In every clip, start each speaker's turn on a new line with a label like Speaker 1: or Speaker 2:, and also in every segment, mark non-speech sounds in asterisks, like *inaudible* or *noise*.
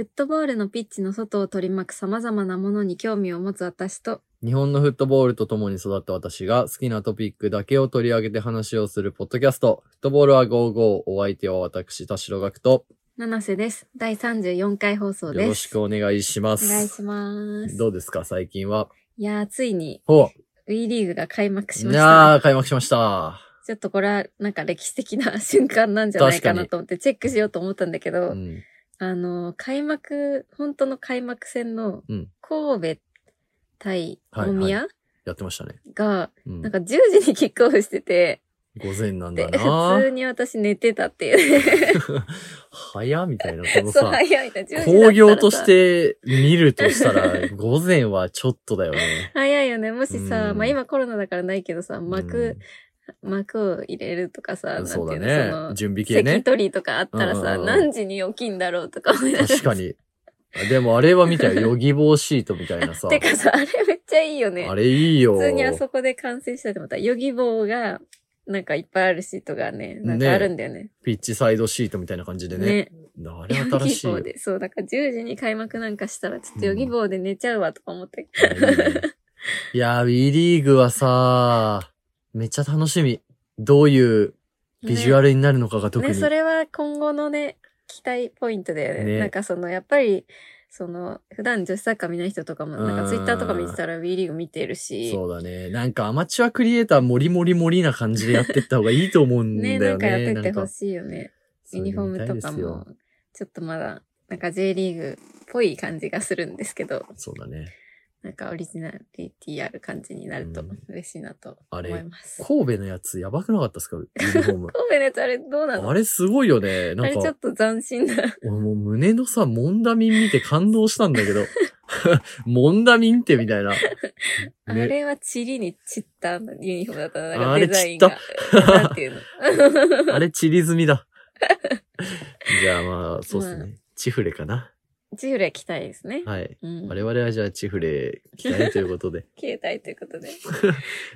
Speaker 1: フットボールのピッチの外を取り巻く様々なものに興味を持つ私と、
Speaker 2: 日本のフットボールと共に育った私が好きなトピックだけを取り上げて話をするポッドキャスト、フットボールは55、お相手は私、田代学と、
Speaker 1: 七瀬です。第34回放送
Speaker 2: よ
Speaker 1: です。
Speaker 2: ろしくお願いしま
Speaker 1: お
Speaker 2: す。
Speaker 1: 願いします。
Speaker 2: どうですか、最近は。
Speaker 1: いやー、ついに
Speaker 2: ほ
Speaker 1: WE リーグが開幕し
Speaker 2: う。
Speaker 1: まし
Speaker 2: な
Speaker 1: た。
Speaker 2: あ、開幕しました。
Speaker 1: ちょっとこれはなんか歴史的な瞬間なんじゃないかなと思ってチェックしようと思ったんだけど、
Speaker 2: うん。
Speaker 1: あのー、開幕、本当の開幕戦の
Speaker 2: うん
Speaker 1: 神戸対
Speaker 2: はい
Speaker 1: 大宮
Speaker 2: やってましたね。
Speaker 1: が、
Speaker 2: うん
Speaker 1: なん。か10時にキックオフしてて、
Speaker 2: 午前なん
Speaker 1: で
Speaker 2: だ、な
Speaker 1: 普通に私寝てたっていうね。
Speaker 2: 早みたいな、この
Speaker 1: *laughs* そう、
Speaker 2: さ、
Speaker 1: 早いな、10時だったらさ
Speaker 2: 工業として見るとしたら、午前はちょっとだよ
Speaker 1: *laughs*
Speaker 2: ね。
Speaker 1: 早いよね。もしさ、
Speaker 2: うん
Speaker 1: まあ今コロナだからないけどさ、幕、幕を入れるとかさ、なん
Speaker 2: うん、
Speaker 1: てい
Speaker 2: そうう
Speaker 1: の、
Speaker 2: だ
Speaker 1: そ
Speaker 2: ね。
Speaker 1: の、
Speaker 2: 準備系ね
Speaker 1: 席。取りとかあったらさ、
Speaker 2: うんうんうん
Speaker 1: 何時に起きんだろうとか思いながら
Speaker 2: 確かに。あでもあれは見たよ。ヨギボーシートみたいな
Speaker 1: *laughs*
Speaker 2: さ。
Speaker 1: てかさ、あれめっちゃいいよね。
Speaker 2: あれいいよ。
Speaker 1: 普通にあそこで完成したって思った。ヨギボーが、なんかいっぱいあるシートがね、なんかあるんだよね。
Speaker 2: ピッチサイドシートみたいな感じでね。あれ
Speaker 1: ヨギボ
Speaker 2: 新しい
Speaker 1: *laughs*
Speaker 2: よ。
Speaker 1: ーで。そう、だから10時に開幕なんかしたら、ちょっとヨギボーで寝ちゃうわとか思って。
Speaker 2: あいいねいやー、WE リーグはさ、めっちゃ楽しみ。どういうビジュアルになるのかが特に。
Speaker 1: ね、それは今後のね、期待ポイントだよね。
Speaker 2: ね
Speaker 1: なんかその、やっぱり、その、普段女子サッカー見ない人とかも、
Speaker 2: うん
Speaker 1: なんかツイッターとか見てたら WE リーグ見てるし、
Speaker 2: そうだね。なんかアマチュアクリエイターもりもりもりな感じでやってった方がいいと思うんだ
Speaker 1: ね、
Speaker 2: よね。
Speaker 1: なんかやってってほ
Speaker 2: い。
Speaker 1: しいよね。
Speaker 2: そう
Speaker 1: ユニフォームとか
Speaker 2: 見たいですよ
Speaker 1: も、ちょっとまだ、なんか J リーグっぽい感じがするんですけど、
Speaker 2: そうだね。
Speaker 1: なんかオリジナリティある感じになると
Speaker 2: うん
Speaker 1: 嬉しいなと
Speaker 2: あ
Speaker 1: 思
Speaker 2: れ
Speaker 1: います。。
Speaker 2: 神戸のやつやばくなかったですかユニフォーム
Speaker 1: 神戸のやつあれどうなの
Speaker 2: あ
Speaker 1: あれ
Speaker 2: れすごいよね。なん
Speaker 1: ちょ
Speaker 2: か
Speaker 1: っ、と斬新な。
Speaker 2: 俺もう胸のさ、モンダミン見て感動したんだ
Speaker 1: *laughs*
Speaker 2: けど。モンダミンってみたいな。
Speaker 1: あ
Speaker 2: ね
Speaker 1: れはチリに散ったユニフォームだったな。なん
Speaker 2: あ
Speaker 1: か
Speaker 2: れ
Speaker 1: デザインが。なんていうの。
Speaker 2: あれ、チリ済み
Speaker 1: *laughs*
Speaker 2: だ。じゃあまあ、そうですね。チフレかな。
Speaker 1: ジュレ着たいですね。
Speaker 2: はい。
Speaker 1: うん。
Speaker 2: 我々はじゃあチフレ期待ということで、
Speaker 1: 携帯ということで。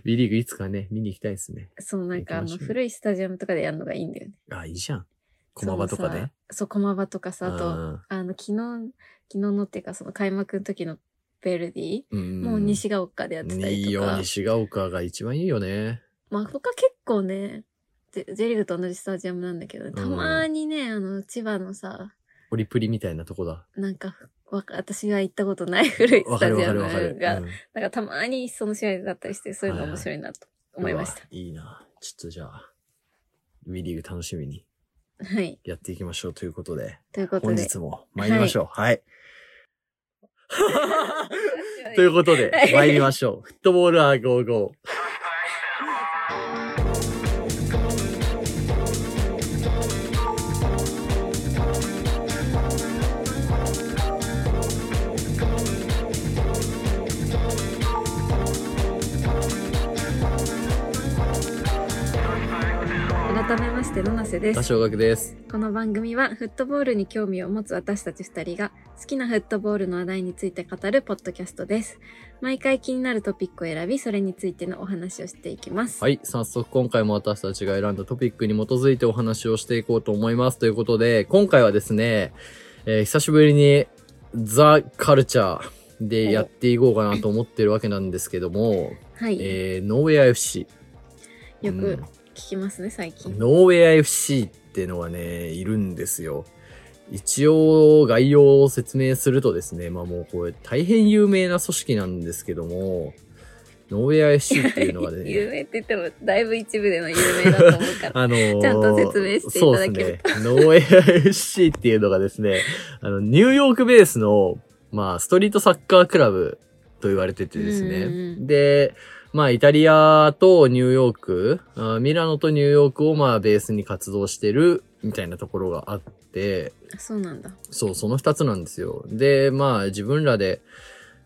Speaker 2: B リーグいつかね、見に行きたいですね。
Speaker 1: そう、なんかあ
Speaker 2: 行き
Speaker 1: の、
Speaker 2: ましょう
Speaker 1: 古いスタジアムとかでやるのがいいんだよね。
Speaker 2: あ、いいじゃん。駒場とか
Speaker 1: そのさ
Speaker 2: ね。。
Speaker 1: そう、駒場とかさ、あ
Speaker 2: う
Speaker 1: と、
Speaker 2: ん
Speaker 1: あの、昨日、昨日のっていうか、その開幕の時のベルディ、
Speaker 2: うん、
Speaker 1: もう西が丘でやってたり
Speaker 2: いい
Speaker 1: と
Speaker 2: よ、
Speaker 1: か。
Speaker 2: 西が丘が一番いいよね。
Speaker 1: まあ、他結構ね、ジェジェリーグと同じスタジアムなんだけど、たまにね、あの、千葉のさ、
Speaker 2: オリプリみたいなとこだ。
Speaker 1: なんか、わか私が行ったことない *laughs* 古い *laughs*
Speaker 2: わ
Speaker 1: ス
Speaker 2: か
Speaker 1: タ
Speaker 2: るわ
Speaker 1: ジ
Speaker 2: か
Speaker 1: ア
Speaker 2: る
Speaker 1: ム
Speaker 2: わかる。
Speaker 1: が
Speaker 2: うん
Speaker 1: なんかたまにその試合だったりして、そういうの面白いなと思いました。
Speaker 2: うわいいな。ちょっとじゃあ、ウィリーグ楽しみに
Speaker 1: はい。
Speaker 2: やっていきましょうということで、
Speaker 1: ということ
Speaker 2: 本
Speaker 1: で。
Speaker 2: 日も参りましょう。はい。と
Speaker 1: と
Speaker 2: いう *laughs* ことで
Speaker 1: は、い
Speaker 2: 参りましょう。フットボールは55。
Speaker 1: 改めまして、七瀬で
Speaker 2: 田
Speaker 1: す。
Speaker 2: 小学です。
Speaker 1: この番組は、フットボールに興味を持つ私たち二人が、好きなフットボールの話題について語るポッドキャストです。毎回気になるトピックを選び、それについてのお話をしていきます。。
Speaker 2: はいい、早速今回も私たちが選んだトピックに基づいてお話をしていこうと思います。ということで、今回はですね、えー久しぶりにザ・カルチャーでやっていこうかなと思ってるわけなんですけども、えーノーウェア FC。
Speaker 1: よ
Speaker 2: う
Speaker 1: く
Speaker 2: ん
Speaker 1: 聞きますね、最近。 *laughs*
Speaker 2: ノーウェア FC ってのはね、いるんですよ。一応、概要を説明するとですね、まあもうこれ大変有名な組織なんですけども、ノーウェア FC っていうのはね、
Speaker 1: *laughs* 有名って言っても、だいぶ一部での有名だと思うから。
Speaker 2: あのー
Speaker 1: ちゃんと説明していただける
Speaker 2: そうですね。ノーエア FC っていうの *laughs* がですね、あの、ニューヨークベースの、まあ、ストリートサッカークラブと言われててです
Speaker 1: うんう
Speaker 2: ね。で、まあ、イタリアとニューヨーク、あミラノとニューヨークをまあ、ベースに活動してるみたいなところがあって、
Speaker 1: *laughs* そうなんだ。
Speaker 2: そう、その二つなんですよ。で、まあ、自分らで、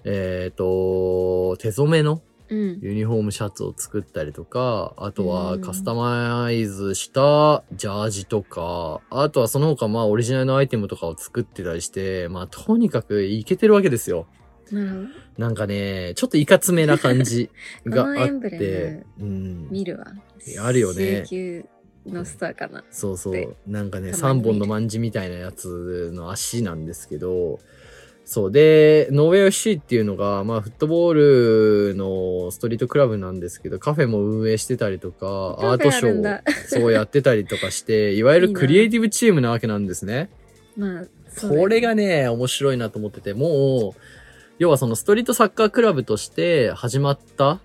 Speaker 2: えっ、と、手染めの
Speaker 1: うん。
Speaker 2: ユニフォームシャツを作ったりとか、あと
Speaker 1: う
Speaker 2: は
Speaker 1: ん
Speaker 2: カスタマイズしたジャージとか、あとはその他まあオリジナルのアイテムとかを作ってたりして、まあとにかくいけてるわけですよ。
Speaker 1: なるほど。
Speaker 2: なんかね、ちょっといかつめな感じが
Speaker 1: この
Speaker 2: あ
Speaker 1: エ
Speaker 2: っ
Speaker 1: ンブレ
Speaker 2: て
Speaker 1: ム、
Speaker 2: うん、
Speaker 1: 見るわ。
Speaker 2: あるよね
Speaker 1: 請求のスターかな。
Speaker 2: そうそ
Speaker 1: で
Speaker 2: う。なんかね、
Speaker 1: たまに
Speaker 2: 3本のまんじみたいなやつの足なんですけど、そう。で、ノーウェイ FC っていうのが、まあ、フットボールのストリートクラブなんですけど、カフェも運営してたりとか、アートシ
Speaker 1: カフェある
Speaker 2: ョ
Speaker 1: ん
Speaker 2: ー
Speaker 1: だ
Speaker 2: を、そうやってたりと
Speaker 1: *laughs*
Speaker 2: かして、いわゆ
Speaker 1: いい
Speaker 2: る
Speaker 1: な
Speaker 2: クリエイティブチームなわけなんですね。
Speaker 1: まあ、そうだよね
Speaker 2: これがね、面白いなと思ってて、もう、要はそのストリートサッカークラブとして始まった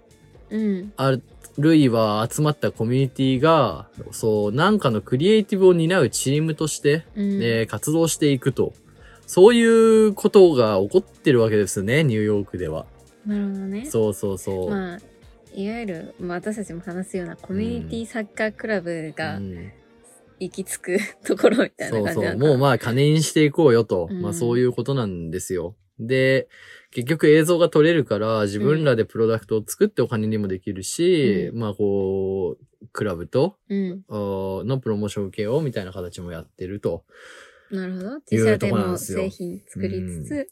Speaker 1: うん。
Speaker 2: あるいは集まったコミュニティが、そう、なんかのクリエイティブを担うチームとして、
Speaker 1: うん。
Speaker 2: えー活動していくと。そういうことが起こってるわけですね、ニューヨークでは。
Speaker 1: なるほどね。
Speaker 2: そうそうそう。
Speaker 1: まあ、いわゆる、まあ、私たちも話すようなコミュニティサッカークラブが
Speaker 2: うん
Speaker 1: 行き着く *laughs* ところみたいな
Speaker 2: そう
Speaker 1: 感じ
Speaker 2: そ
Speaker 1: な
Speaker 2: う。
Speaker 1: んだ
Speaker 2: もうまあ金にしていこうよと。
Speaker 1: うん
Speaker 2: まあそういうことなんですよ。で、結局映像が撮れるから自分らでプロダクトを作ってお金にもできるし、
Speaker 1: う
Speaker 2: まあこう、クラブと、
Speaker 1: うん。
Speaker 2: あーのプロモーション受けようみたいな形もやってると。
Speaker 1: なるほど。
Speaker 2: い
Speaker 1: 自
Speaker 2: う
Speaker 1: 社で
Speaker 2: とこなん
Speaker 1: も
Speaker 2: ですよ
Speaker 1: 製品作りつつ、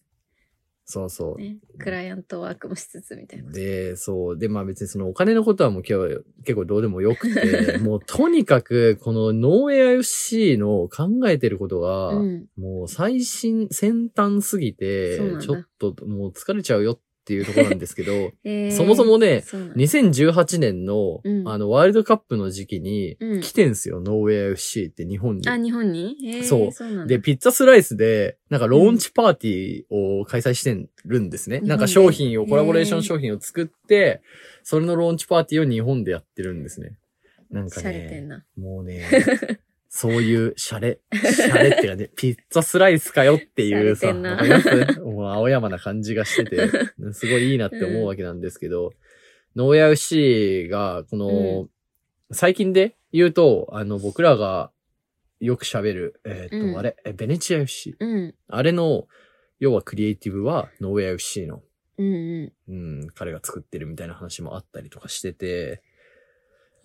Speaker 2: そうそう。
Speaker 1: ね、クライアントワークもしつつみたいな。
Speaker 2: で、そう。で、まあ別にそのお金のことはもう今日結構どうでもよ
Speaker 1: *laughs*
Speaker 2: くて、もうとにかくこのノーエア FC の考えてることが、
Speaker 1: うん。
Speaker 2: もう最新、先端すぎて
Speaker 1: そうなん、だ
Speaker 2: ちょっともう疲れちゃうよっていうところなんですけ
Speaker 1: *laughs*
Speaker 2: ど、
Speaker 1: えー
Speaker 2: そもそもね
Speaker 1: そうなんだ
Speaker 2: 2018年の、
Speaker 1: うん
Speaker 2: あの、ワールドカップの時期に、
Speaker 1: うん
Speaker 2: 来てんすよ、ノーウェア FC って日本に。
Speaker 1: あ、日本にえー
Speaker 2: そう
Speaker 1: そうなんだ。
Speaker 2: で、ピッツァスライスで、なんかローンチパーティーを開催してるんですね。
Speaker 1: うん
Speaker 2: なんか商品を、
Speaker 1: へー
Speaker 2: コラボレーション商品を作って、それのローンチパーティーを日本でやってるんですね。なんか
Speaker 1: しゃれてん
Speaker 2: ね、
Speaker 1: な。
Speaker 2: もうね、そういうシャレ、シャレってかね、ピッツァスライスかよっていう
Speaker 1: 洒
Speaker 2: さ、
Speaker 1: 落てんな
Speaker 2: わかりますもう青山な感じがして
Speaker 1: *laughs*
Speaker 2: て、すごいいいなって思うわけなんですけど、ノーヤウシが、この、
Speaker 1: う
Speaker 2: 最近で言うと、あの、僕らがよく喋る、えーっと、
Speaker 1: うん
Speaker 2: あれ、えベネチア FC。
Speaker 1: うん。
Speaker 2: あれの、要はクリエイティブはノーヤウ FC の、
Speaker 1: うんう
Speaker 2: うん、彼が作ってるみたいな話もあったりとかしてて、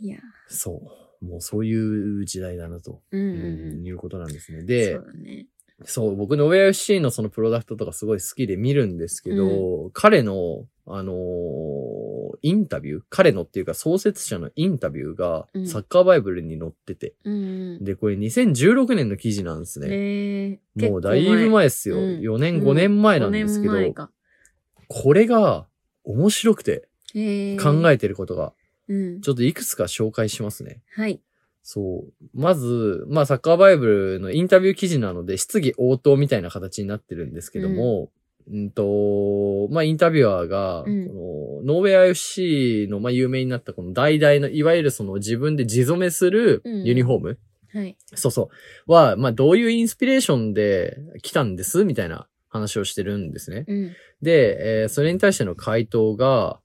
Speaker 1: ん。いや、
Speaker 2: そう。もうそういう時代だなと、
Speaker 1: うんう
Speaker 2: うん
Speaker 1: うん
Speaker 2: いうことなんですね。
Speaker 1: そ
Speaker 2: で
Speaker 1: う、だね。
Speaker 2: そう、僕、ノウェア FC のそのプロダクトとかすごい好きで見るんですけど、彼の、あのーインタビュー、彼のっていうか創設者のインタビューが
Speaker 1: うん
Speaker 2: サッカーバイブルに載ってて、
Speaker 1: うんうん。
Speaker 2: で、これ2016年の記事なんですね。
Speaker 1: えー
Speaker 2: もうだいぶ前ですよ。
Speaker 1: うん
Speaker 2: 4年、5年前なんですけど、
Speaker 1: 5年前か
Speaker 2: これが面白くて
Speaker 1: えー、
Speaker 2: 考えてることが、
Speaker 1: うん。
Speaker 2: ちょっといくつか紹介しますね。
Speaker 1: はい。
Speaker 2: そう。まず、まあ、サッカーバイブルのインタビュー記事なので、質疑応答みたいな形になってるんですけども、うん、と、まあ、インタビュアーが、
Speaker 1: うん
Speaker 2: このノーウェア FC の、まあ、有名になったこの代々の、いわゆるその自分で地染めする
Speaker 1: うん
Speaker 2: ユニフォーム、
Speaker 1: はい。
Speaker 2: そうそう、は、まあ、どういうインスピレーションで来たんですみたいな話をしてるんですね。
Speaker 1: うん。
Speaker 2: で、えーそれに対しての回答が、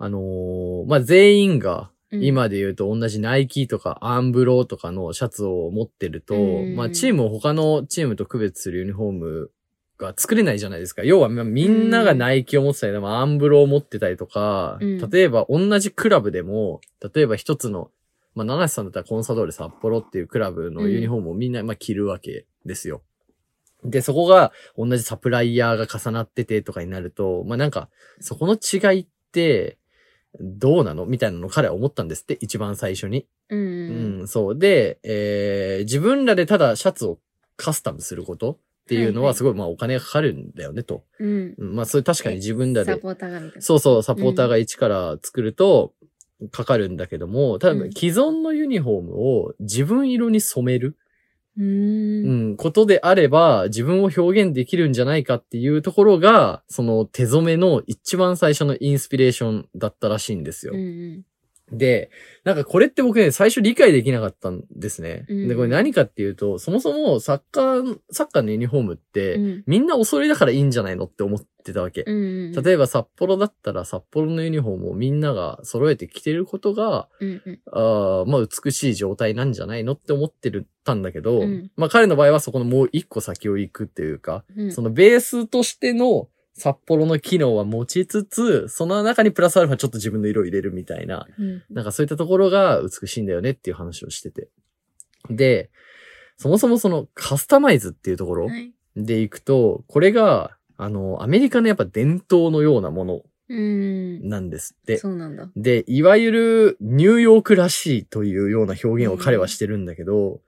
Speaker 2: あのーまあ、全員が、
Speaker 1: うん、
Speaker 2: 今で言うと同じナイキとかアンブローとかのシャツを持ってると、
Speaker 1: うん
Speaker 2: まあチームを他のチームと区別するユニフォームが作れないじゃないですか。要はまあみんながナイキを持ってたり、でもアンブローを持ってたりとか、
Speaker 1: うん
Speaker 2: 例えば同じクラブでも、例えば一つの、まあ七瀬さんだったらコンサドーレ札幌っていうクラブのユニフォームをみんなまあ着るわけですよ。で、そこが同じサプライヤーが重なっててとかになると、まあなんか、そこの違いって、どうなのみたいなのを彼は思ったんですって、一番最初に。
Speaker 1: うん
Speaker 2: う
Speaker 1: うん
Speaker 2: ん、そう。で、えー自分らでただシャツをカスタムすることっていう
Speaker 1: は
Speaker 2: の
Speaker 1: いは
Speaker 2: は、
Speaker 1: い
Speaker 2: すごい、まあお金がかかるんだよね、と。
Speaker 1: うん。
Speaker 2: うんまあ、それ確かに自分ら
Speaker 1: サ
Speaker 2: で、
Speaker 1: ポーターがみたいな。
Speaker 2: そうそう、サポーターが一から作ると、かかるんだけども、ただ
Speaker 1: うん
Speaker 2: 既存のユニフォームを自分色に染める、
Speaker 1: うー。
Speaker 2: うんん、ことであれば、自分を表現できるんじゃないかっていうところが、その手染めの一番最初のインスピレーションだったらしいんですよ。
Speaker 1: うん
Speaker 2: で、なんかこれって僕ね、最初理解できなかったんですね。
Speaker 1: うん
Speaker 2: で、これ何かっていうと、そもそもサッカー、サッカーのユニフォームって、
Speaker 1: うん。
Speaker 2: みんなお揃いだからいいんじゃないのって思ってたわけ。
Speaker 1: うん。
Speaker 2: 例えば札幌だったら札幌のユニフォームをみんなが揃えて着てることが、
Speaker 1: うんうん。
Speaker 2: あーまあ美しい状態なんじゃないのって思ってるたんだけど、
Speaker 1: うん
Speaker 2: まあ彼の場合はそこのもう一個先を行くっていうか、
Speaker 1: うん。
Speaker 2: そのベースとしての札幌の機能は持ちつつ、その中にプラスアルファちょっと自分の色を入れるみたいな、
Speaker 1: うん
Speaker 2: なんかそういったところが美しいんだよねっていう話をしてて。で、そもそもそのカスタマイズっていうところ
Speaker 1: はい。
Speaker 2: でいくと、これが、あの、アメリカのやっぱ伝統のようなもの
Speaker 1: うん。
Speaker 2: なんですって。
Speaker 1: そうなんだ。
Speaker 2: で、いわゆるニューヨークらしいというような表現を彼はしてるんだけど、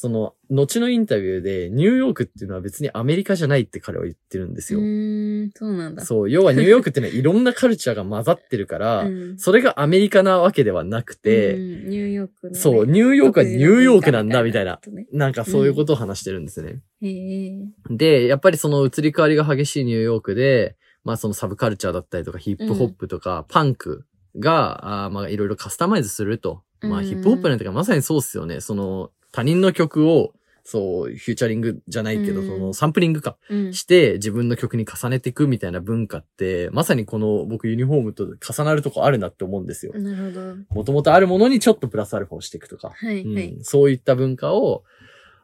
Speaker 2: その、後のインタビューで、ニューヨークっていうのは別にアメリカじゃないって彼は言ってるんです
Speaker 1: う
Speaker 2: よ。
Speaker 1: ーん、そうなんだ。
Speaker 2: そう、要はニューヨークってのはいろんなカルチャーが混ざってるから、
Speaker 1: うん
Speaker 2: それがアメリカなわけではなくて、
Speaker 1: うんニューヨークのね、
Speaker 2: そう、ニューヨークはニューヨークなんだみたいな、
Speaker 1: 独自の文化
Speaker 2: なんかそういうことを話してるんですね。
Speaker 1: みたいなことね
Speaker 2: で、やっぱりその移り変わりが激しいニューヨークで、まあそのサブカルチャーだったりとかヒップホップとかパンクが、あーまあいろいろカスタマイズすると。まあ
Speaker 1: うん
Speaker 2: ヒップホップなんてかまさにそうっすよね。その他人の曲を、そう、フューチャリングじゃないけど、
Speaker 1: うん
Speaker 2: そのサンプリングか。
Speaker 1: へーうん
Speaker 2: して自分の曲に重ねていくみたいな文化って、まさにこの僕ユニフォームと重なるとこあるなって思うんですよ。
Speaker 1: なるほど。
Speaker 2: もともとあるものにちょっとプラスアルファをしていくとか。
Speaker 1: はいうはい
Speaker 2: ん、。そういった文化を、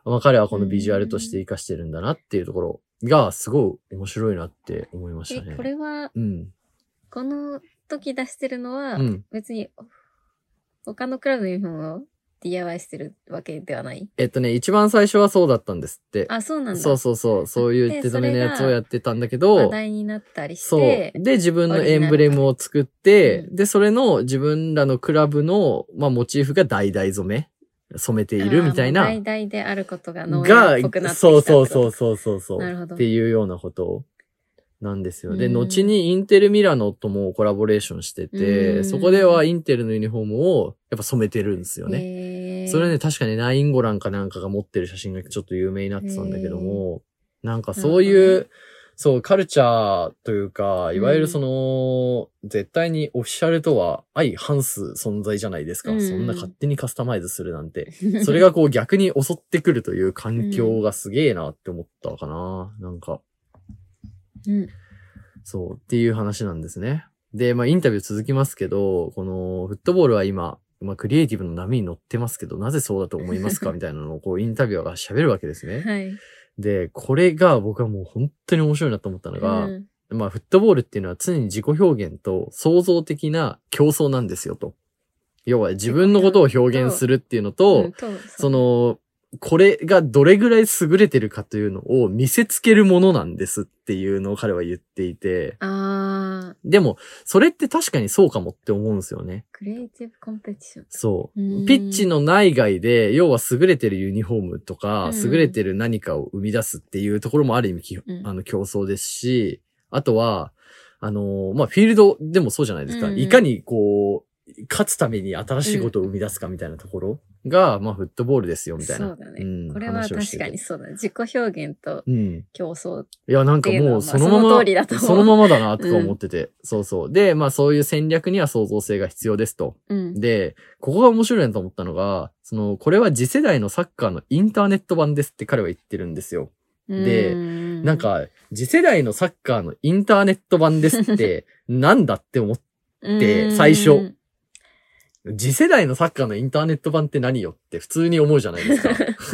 Speaker 2: まあ、彼はこのビジュアルとして活かしてるんだなっていうところが、すごい面白いなって思いましたね。
Speaker 1: え、これは、
Speaker 2: うん。
Speaker 1: この時出してるのは
Speaker 2: う、ん。
Speaker 1: 別に、他のクラブのユニフォームを DIY してるわけではない
Speaker 2: えっとね、一番最初はそうだったんですって。
Speaker 1: あ、そうなんだ。
Speaker 2: そうそうそう、そういう
Speaker 1: で
Speaker 2: 手染めのや
Speaker 1: そ
Speaker 2: つ
Speaker 1: れ
Speaker 2: を
Speaker 1: が
Speaker 2: やってたんだけ
Speaker 1: 話
Speaker 2: ど、
Speaker 1: 題になったりし
Speaker 2: そう。
Speaker 1: て
Speaker 2: で、、自分のエンブレムを作っ
Speaker 1: オリジナル
Speaker 2: て
Speaker 1: と、か
Speaker 2: で、それの自分らのクラブの、まあ、モチーフが橙染め、染めているみたい
Speaker 1: あ
Speaker 2: な
Speaker 1: ーもう、大々であることが農
Speaker 2: が
Speaker 1: 園っぽくなっ、てきた
Speaker 2: そう
Speaker 1: って
Speaker 2: そ
Speaker 1: こと
Speaker 2: うそうそうそうそう。
Speaker 1: なるほど
Speaker 2: っていうようなことなんですよ。で、
Speaker 1: うん
Speaker 2: 後にインテルミラノともコラボレーションして
Speaker 1: う
Speaker 2: て、
Speaker 1: ん
Speaker 2: そこではインテルのユニフォームをやっぱ染めてるんですよね。
Speaker 1: へー
Speaker 2: それはね、確かにナインゴランかなんかが持ってる写真がちょっと有名になってたんだけども、なんかそう
Speaker 1: なる
Speaker 2: い
Speaker 1: ほど
Speaker 2: う、そう、カルチャーというか、いわゆ
Speaker 1: う
Speaker 2: る
Speaker 1: ん
Speaker 2: その、絶対にオフィシャルとは相反す存在じゃないですか。
Speaker 1: うん
Speaker 2: そんな勝手にカスタマイズするな
Speaker 1: *laughs*
Speaker 2: んて。それがこう逆に襲ってくるという環境がすげえなって思ったかな。なんか、
Speaker 1: うん
Speaker 2: そうっていう話なんですね。で、まあインタビュー続きますけど、このフットボールは今、まあクリエイティブの波に乗ってますけど、なぜそうだと思いま
Speaker 1: *laughs*
Speaker 2: すかみたいなのをこうインタビュアーが喋るわけですね。
Speaker 1: はい。
Speaker 2: で、これが僕はもう本当に面白いなと思ったのが、
Speaker 1: うん
Speaker 2: まあフットボールっていうのは常に自己表現と創造的な競争なんですよと。要は自分のことを表現するっていうのと、
Speaker 1: うんと
Speaker 2: その、これがどれぐらい優れてるかというのを見せつけるものなんですっていうのを彼は言っていて、
Speaker 1: あー、
Speaker 2: でも、それって確かにそうかもって思うんですよね。
Speaker 1: クリエイティブコンペティション。
Speaker 2: そう
Speaker 1: うーん
Speaker 2: う。ピッチの内外で、要は優れてるユニフォームと
Speaker 1: う
Speaker 2: か、
Speaker 1: ん
Speaker 2: 優れてる何かを生み出すっていうところもある意味き、
Speaker 1: うん
Speaker 2: あの、競争ですし、あとは、あの、まあ、フィールドでもそうじゃないですか。
Speaker 1: うん
Speaker 2: いかにこう、勝つために新しいことを生み出すかみたいなところが、まあ、フットボールですよ、みたいな。
Speaker 1: そうだね、
Speaker 2: ん
Speaker 1: これは
Speaker 2: 話をして
Speaker 1: 確
Speaker 2: て
Speaker 1: かにそうだね。自己表現と
Speaker 2: うん。
Speaker 1: 競争。
Speaker 2: いや、なんか
Speaker 1: っていうの
Speaker 2: も
Speaker 1: は
Speaker 2: うそのま
Speaker 1: まあ
Speaker 2: ま、
Speaker 1: その通りだと思う
Speaker 2: そのままだな、とか思ってて、そうそう。で、まあそういう戦略には創造性が必要ですと。
Speaker 1: うん。
Speaker 2: で、ここが面白いなと思ったのが、その、これは次世代のサッカーのインターネット版ですって彼は言ってるんですよ。で
Speaker 1: な
Speaker 2: なん、か、次世代のサッカーのインターネット版で
Speaker 1: *laughs*
Speaker 2: すって、なんだって思っ
Speaker 1: で
Speaker 2: 最初。次世代のサッカーのインターネット版って何よって普通に思うじゃないです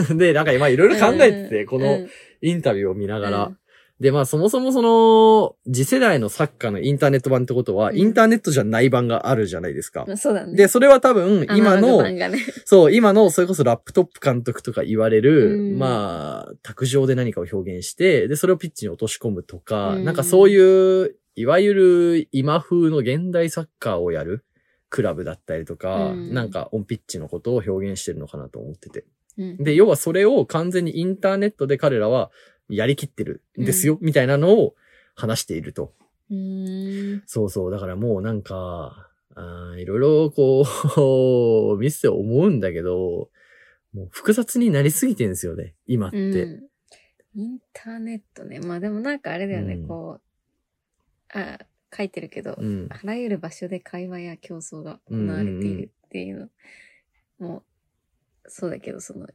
Speaker 1: *laughs*
Speaker 2: か。で、なんか今いろいろ考えてて、このインタビューを見な
Speaker 1: だ
Speaker 2: がら、で、まあそもそもその、次世代のサッカーのインターネット版ってことは、
Speaker 1: うん
Speaker 2: インターネットじゃない版があるじゃないですか。
Speaker 1: そうだね。
Speaker 2: で、それは多分、今
Speaker 1: アナログ
Speaker 2: の
Speaker 1: 版、がね、
Speaker 2: そう、今の、それこそラップトップ監督とか言われる、
Speaker 1: うん
Speaker 2: まあ、卓上で何かを表現して、で、それをピッチに落とし込むとか、
Speaker 1: うん
Speaker 2: なんかそういう、いわゆる今風の現代サッカーをやるクラブだったりとか、
Speaker 1: うん
Speaker 2: なんかオンピッチのことを表現してるのかなと思ってて。
Speaker 1: うん
Speaker 2: で、要はそれを完全にインターネットで彼らはやりきってるんですよ、みたいなのを話していると。
Speaker 1: うーん
Speaker 2: そうそう。だからもうなんか、あーいろいろこう、 *laughs* 見せて思うんだけど、もう複雑になりすぎてんですよね、今って。
Speaker 1: うんインターネットね。まあでもなんかあれだよね、
Speaker 2: うん
Speaker 1: こう、あ書いてるけど、
Speaker 2: うん
Speaker 1: あらゆる場所で会話や競争が行われているっていうの、もう、そうだけど、その、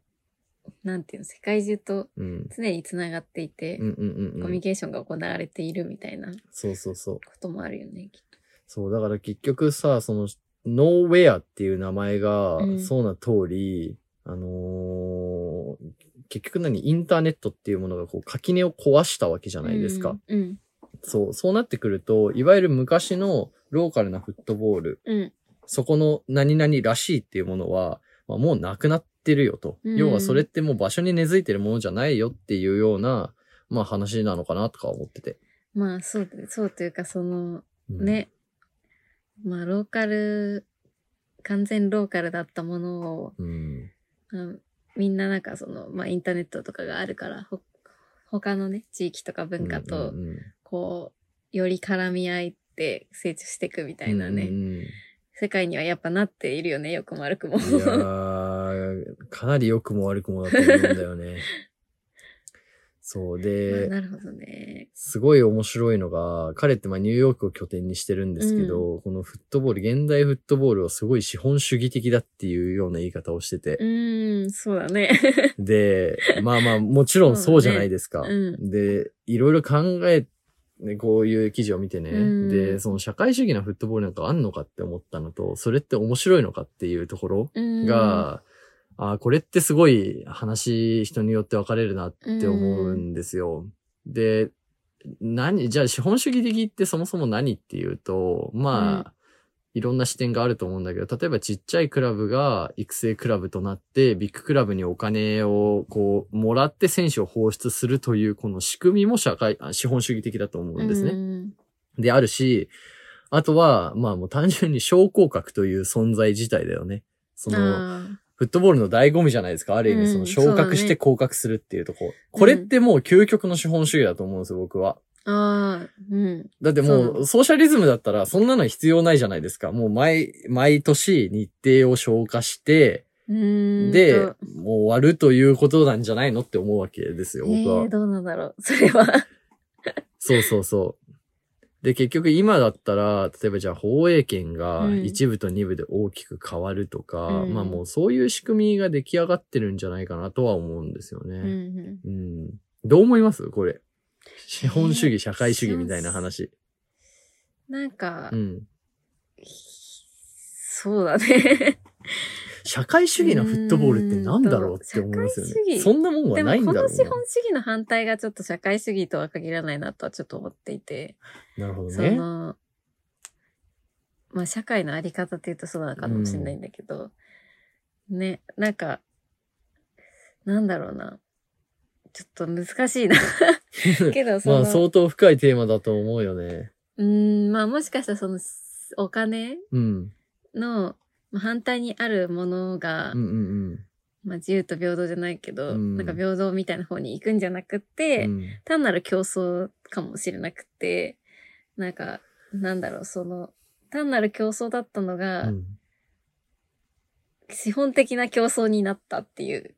Speaker 1: なんていうの、世界中と
Speaker 2: うん。
Speaker 1: 常につながっていて、
Speaker 2: うんうんう
Speaker 1: コ
Speaker 2: んう
Speaker 1: ミュニ
Speaker 2: ん。
Speaker 1: ケーションが行われているみたいなこ
Speaker 2: そうそうそう。
Speaker 1: ともあるよね、きっ
Speaker 2: そう、だから結局さ、その、ノーウェアっていう名前が
Speaker 1: う、ん
Speaker 2: そうな通り、あのー結局何インターネットっていうものがこう垣根を壊したわけじゃ
Speaker 1: と。
Speaker 2: ないですか。。
Speaker 1: うん。
Speaker 2: そう、そうなってくると、いわゆる昔のローカルなフットボール、
Speaker 1: うん。
Speaker 2: そこの何々らしいっていうものは、まあ、もうなくなってるよと。
Speaker 1: うん
Speaker 2: 要はそれってもう場所に根付いてるものじゃないよっていうような、まあ話なのかなとか思ってて。
Speaker 1: まあ、そう、そうというか、その、
Speaker 2: うん。
Speaker 1: ね。まあ、ローカル、完全ローカルだったものを、
Speaker 2: うん。
Speaker 1: うんみんななんかその、まあ、インターネットとかがあるから、ほ、他のね、地域とか文化と
Speaker 2: うん、うん
Speaker 1: こう、より絡み合って成長していくみたいなね、
Speaker 2: うんうん
Speaker 1: 世界にはやっぱなっているよね、よくも悪くも。
Speaker 2: いやー、かなり良くも悪くもだと思うんだよ
Speaker 1: *laughs*
Speaker 2: ね。そうで、
Speaker 1: まあなるほどね。
Speaker 2: すごい面白いのが、彼ってまあニューヨークを拠点にしてるんですけど、このフットボール、現代フットボールをすごい資本主義的だっていうような言い方をして
Speaker 1: う
Speaker 2: て。
Speaker 1: ーん、そうだね。
Speaker 2: で、まあまあ、もちろんそうじゃないですか。
Speaker 1: そうだね
Speaker 2: で、いろいろ考え、ね、こういう記事を見てね、
Speaker 1: うん
Speaker 2: で、その社会主義なフットボールなんかあんのかって思ったのと、それって面白いのかっていうところ
Speaker 1: うーん、
Speaker 2: が、あーこれってすごい話、人によって分かれるなって思うんですよ。で、何、じゃあ資本主義的ってそもそも何っていうと、ま
Speaker 1: う
Speaker 2: あ、
Speaker 1: ん
Speaker 2: いろんな視点があると思うんだけど、例えばちっちゃいクラブが育成クラブとなって、ビッグクラブにお金をこう、もらって選手を放出するという、この仕組みも社会、あ資本主義的だと思うんですね。
Speaker 1: ね。
Speaker 2: であるし、あとは、まあもう単純に商工学という存在自体だよね。その、
Speaker 1: あ
Speaker 2: フットボールの醍醐味じゃないですか。ある意
Speaker 1: うん
Speaker 2: 味、その昇格し
Speaker 1: そうだね
Speaker 2: て降格するっていうところ。これってもう究極の資本主義だと思うんですよ、僕は。
Speaker 1: ーあー、うん。
Speaker 2: だって
Speaker 1: そうな
Speaker 2: も
Speaker 1: の
Speaker 2: う、ソーシャリズムだったら、そんなの必要ないじゃないですか。もう毎、毎年日程を消化して、
Speaker 1: うーんと。
Speaker 2: で、もう終わるということなんじゃないのって思うわけですよ、
Speaker 1: え
Speaker 2: 僕は
Speaker 1: ー、。どうなんだろう。それは。
Speaker 2: そうそうそう。で、結局今だったら、例えばじゃあ放映権が
Speaker 1: うん
Speaker 2: 一部と二部で大きく変わるとか、
Speaker 1: うん
Speaker 2: まあもうそういう仕組みが出来上がってるんじゃないかなとは思うんですよね。
Speaker 1: うんうん
Speaker 2: うん。どう思いますこれ。資本主義、社会主義みたいな話。
Speaker 1: なんか、
Speaker 2: うん。
Speaker 1: そうだね。
Speaker 2: 社会主義なフットボールってなんだろうって思いますよ
Speaker 1: うーんと社会主
Speaker 2: ね。
Speaker 1: 義
Speaker 2: そんなもんは
Speaker 1: でも
Speaker 2: ないんだ
Speaker 1: こ
Speaker 2: ろ
Speaker 1: の
Speaker 2: う
Speaker 1: 資本主義の反対がちょっと社会主義とは限らないなとはちょっと思っていて、
Speaker 2: な。なるほど
Speaker 1: そ
Speaker 2: ね。
Speaker 1: の、まあ社会のあり方っていうとそうなのかもしれないんだけど、ね、なんか、なんだろうな。ちょっと難しい
Speaker 2: *laughs*
Speaker 1: な。けど、その、
Speaker 2: まあ相当深いテーマだと思うよね。
Speaker 1: うーん、まあもしかしたらその、お金
Speaker 2: うん。
Speaker 1: のまあ反対にあるものが、
Speaker 2: うんうん
Speaker 1: まあ、自由と平等じゃないけど、
Speaker 2: うん
Speaker 1: なんか平等みたいな方に行くんじゃなく
Speaker 2: うん。
Speaker 1: て、
Speaker 2: うん
Speaker 1: 単なる競争かもしれなくて、なんか、なんだろう、その、単なる競争だったのが、
Speaker 2: うん
Speaker 1: 資本的な競争になったっていう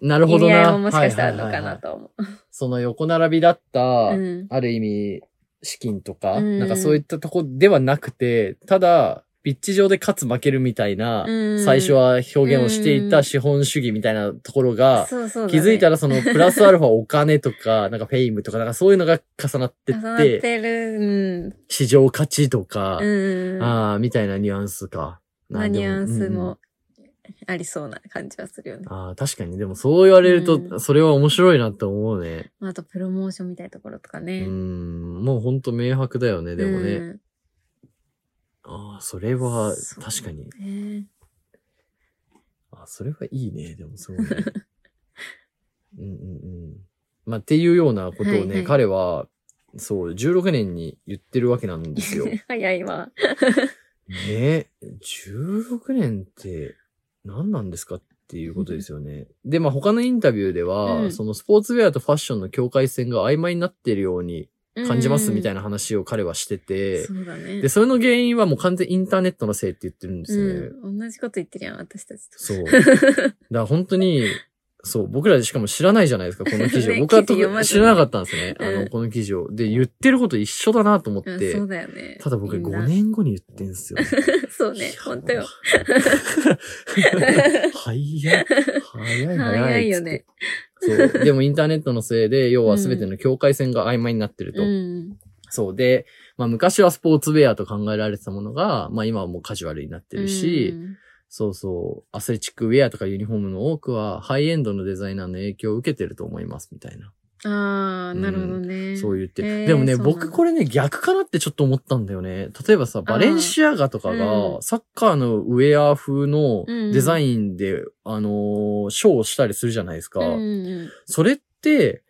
Speaker 2: なる
Speaker 1: 意
Speaker 2: ほど
Speaker 1: 味合い
Speaker 2: な。
Speaker 1: ももしかしたらあるの
Speaker 2: はい
Speaker 1: か
Speaker 2: はい
Speaker 1: な
Speaker 2: はいはい
Speaker 1: とは思
Speaker 2: その横並びだった
Speaker 1: う。う、ん。
Speaker 2: ある意味、資金とか、
Speaker 1: うん
Speaker 2: なんかそういったとこではなくて、ただ、ピッチ上で勝つ負けるみたいな、
Speaker 1: うん
Speaker 2: 最初は表現をしてい
Speaker 1: うん
Speaker 2: た資本主義みたいなところが、
Speaker 1: そうそう、
Speaker 2: 気づいた
Speaker 1: ら、
Speaker 2: らそのプラスアルファお金とか、 *laughs* なんかフェイムとか、なんかそういうのが重なって
Speaker 1: 重なっ
Speaker 2: って、
Speaker 1: てる、
Speaker 2: 市場価値とか
Speaker 1: うん。、うん。
Speaker 2: ああ、みたいなニュアンスか。
Speaker 1: ま
Speaker 2: な
Speaker 1: あ、
Speaker 2: んで
Speaker 1: ニ
Speaker 2: も
Speaker 1: ュアンス。
Speaker 2: うんうん
Speaker 1: もありそうな感じはするよね。
Speaker 2: ああ、確かに。でもそう言われる
Speaker 1: う
Speaker 2: と、
Speaker 1: ん
Speaker 2: それは面白いなと思うね。
Speaker 1: まあ、あと、プロモーションみたいなところとか
Speaker 2: う
Speaker 1: ね。
Speaker 2: ん、もうほんと明白だよね、でもね。
Speaker 1: うん
Speaker 2: ああ、それは
Speaker 1: そう
Speaker 2: 確かに。
Speaker 1: ね *laughs*
Speaker 2: あ、それはいいね。でもすごいね。うんうんうん。まあ、っていうようなことをね、
Speaker 1: はいはい
Speaker 2: 彼は、そう、16年に言ってるわけなんです
Speaker 1: *laughs*
Speaker 2: よ。ね
Speaker 1: 早いわ。
Speaker 2: え、16年って何なんですかっていうことですよね。で、まあ他のインタビューでは、
Speaker 1: うん
Speaker 2: そのスポーツウェアとファッションの境界線が曖昧になってるように感じますみたい
Speaker 1: な。
Speaker 2: な話を彼はしてて、
Speaker 1: そうだね。
Speaker 2: で、それの原因はもう完全にインターネットのせいって言ってるんですよね。
Speaker 1: うん、同じこと言ってるやん、私たちと。 *laughs*
Speaker 2: そう。だから本当に、そう、僕らしかも知らないじゃないですか、この記事を。
Speaker 1: ね
Speaker 2: 僕は
Speaker 1: 記事読ま
Speaker 2: と
Speaker 1: ず
Speaker 2: 知らなかったんですね。
Speaker 1: う
Speaker 2: あ
Speaker 1: ん
Speaker 2: の、この記事を。で、言ってること一緒だなと思っ
Speaker 1: うん、そ
Speaker 2: て
Speaker 1: う。だよね。
Speaker 2: ただ僕
Speaker 1: みんな
Speaker 2: 5。年後に言ってんすよ。
Speaker 1: *laughs* そうね
Speaker 2: いや、
Speaker 1: 本当よ。。
Speaker 2: 早い、早い、
Speaker 1: 早いよね。
Speaker 2: つってそう。でもインターネットのせいで、要は全ての境界線が曖昧になってると。
Speaker 1: うん。
Speaker 2: そうで、まあ昔はスポーツウェアと考えられてたものが、まあ今はもうカジュアルになってるし、
Speaker 1: うん
Speaker 2: そうそう、アスレチックウェアとかユニフォームの多くは、ハイエンドのデザイナーの影響を受けてると思います、みたいな。
Speaker 1: ああ、なるほどね。
Speaker 2: そう言ってる。
Speaker 1: へー
Speaker 2: でもね、
Speaker 1: そうなんだ
Speaker 2: 僕これね、逆かなってちょっと思ったんだよね。例えばさ、バレンシアガとか
Speaker 1: う
Speaker 2: が、サッカーのウェア風の
Speaker 1: うん
Speaker 2: デザインで、あのー、ショーをしたりするじゃないですか。
Speaker 1: うんうん
Speaker 2: それって、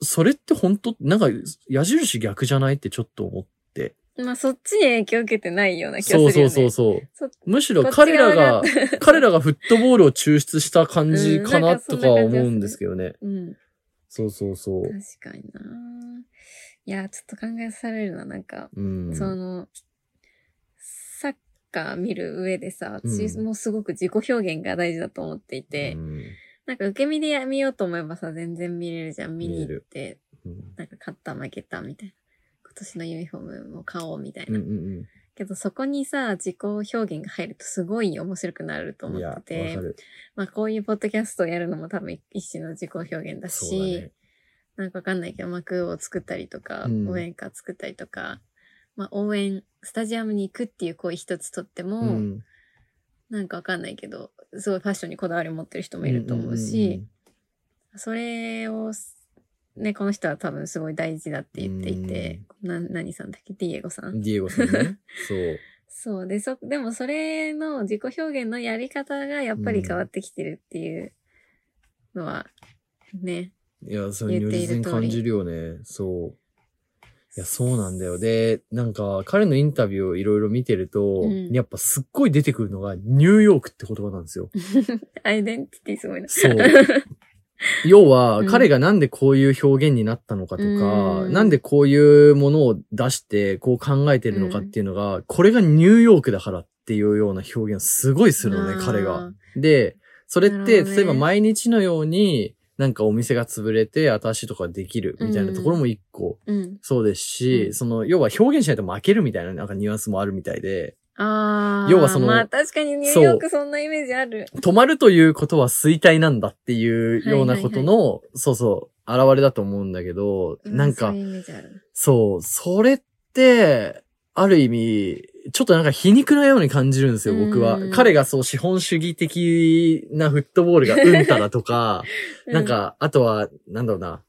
Speaker 2: それって本当なんか、矢印逆じゃないってちょっと思って。
Speaker 1: うまあそっちに影響受けてないような気がする
Speaker 2: そ
Speaker 1: よ
Speaker 2: う
Speaker 1: ね。
Speaker 2: そうそうそ
Speaker 1: そ
Speaker 2: う。
Speaker 1: っ
Speaker 2: むしろ彼らが
Speaker 1: こっ、 *laughs*
Speaker 2: 彼らがフットボールを抽出した感じか
Speaker 1: うんなん
Speaker 2: な
Speaker 1: かそ
Speaker 2: と
Speaker 1: んな
Speaker 2: か
Speaker 1: 感
Speaker 2: は
Speaker 1: じが
Speaker 2: 思うんですけどね。
Speaker 1: うん。
Speaker 2: そうそうそう。
Speaker 1: 確かにな。いや、ちょっと考えされるな。なんか、
Speaker 2: うん。
Speaker 1: その、サッカー見る上でさ、私
Speaker 2: うん
Speaker 1: もすごく自己表現が大事だと思っていて、
Speaker 2: うん
Speaker 1: なんか受け身で見ようと思えばさ、全然見れるじゃん。見に行って、
Speaker 2: うん
Speaker 1: なんか勝った負けたみたいな。今年のユニフォームも買おうみたい
Speaker 2: うん
Speaker 1: な。
Speaker 2: うん
Speaker 1: けどそこにさ、自己表現が入るとすごい面白くなると
Speaker 2: うん。
Speaker 1: 思
Speaker 2: い
Speaker 1: っ
Speaker 2: や、わか
Speaker 1: てて、
Speaker 2: る。
Speaker 1: まあこういうポッドキャストをやるのも多分一種の自己表現だ
Speaker 2: そうだ
Speaker 1: し、
Speaker 2: ね。
Speaker 1: なんかわかんないけど幕を作ったりとか、
Speaker 2: うん
Speaker 1: 応援歌作ったりとか、まあ応援、スタジアムに行くっていう行為一つとっても、
Speaker 2: うん。
Speaker 1: なんかわかんないけど、すごいファッションにこだわり持ってる人もいると思うし、それをす、ね、この人は多分すごい大事だって言っていて、な何さんだっけディエゴさ
Speaker 2: うんんうんうん。ディエゴさ
Speaker 1: *laughs*
Speaker 2: んね。そう。
Speaker 1: そう。で、そ、でもそれの自己表現のやり方がやっぱり変わってきてるっていうのは、ね。
Speaker 2: いや、それ如
Speaker 1: 言っている
Speaker 2: 実に
Speaker 1: 通り
Speaker 2: 感じるよね。そう。いや、そうなんだよ。で、なんか、彼のインタビューをいろいろ見てると、
Speaker 1: うん
Speaker 2: やっぱすっごい出てくるのが、ニューヨークって言葉なんですよ。
Speaker 1: アイデンティティすごいな。 *laughs*
Speaker 2: そう。要は
Speaker 1: う、ん
Speaker 2: 彼がなんでこういう表現になったのかとか、
Speaker 1: うん
Speaker 2: なんでこういうものを出して、こう考えてるのかっていうのが、これがニューヨークだからっていうような表現をすごいするのね
Speaker 1: あ、ー
Speaker 2: 彼が。で、それっ
Speaker 1: な
Speaker 2: て、
Speaker 1: るほどね
Speaker 2: 例えば毎日のように、なんかお店が潰れて、新しいとかできるみたいなところも一個、
Speaker 1: うん。
Speaker 2: そうですし、
Speaker 1: うん
Speaker 2: その、要は表現しないと負けるみたいな、なんかニュアンスもあるみたいで、
Speaker 1: ああ。
Speaker 2: 要はその
Speaker 1: まあ確かにニューヨークそんなイメージある。
Speaker 2: 止まるということは衰退なんだっていうようなことの、そうそう、現れだと思うんだけど、
Speaker 1: う
Speaker 2: なん
Speaker 1: そ
Speaker 2: か
Speaker 1: う、いうイメージある。
Speaker 2: そう、それって、ある意味、ちょっとなんか皮肉なように感じるんですよ、僕は
Speaker 1: うん。
Speaker 2: 彼がそう資本主義的なフットボールがうんたらとか、なんか、あとは、なんだろうな、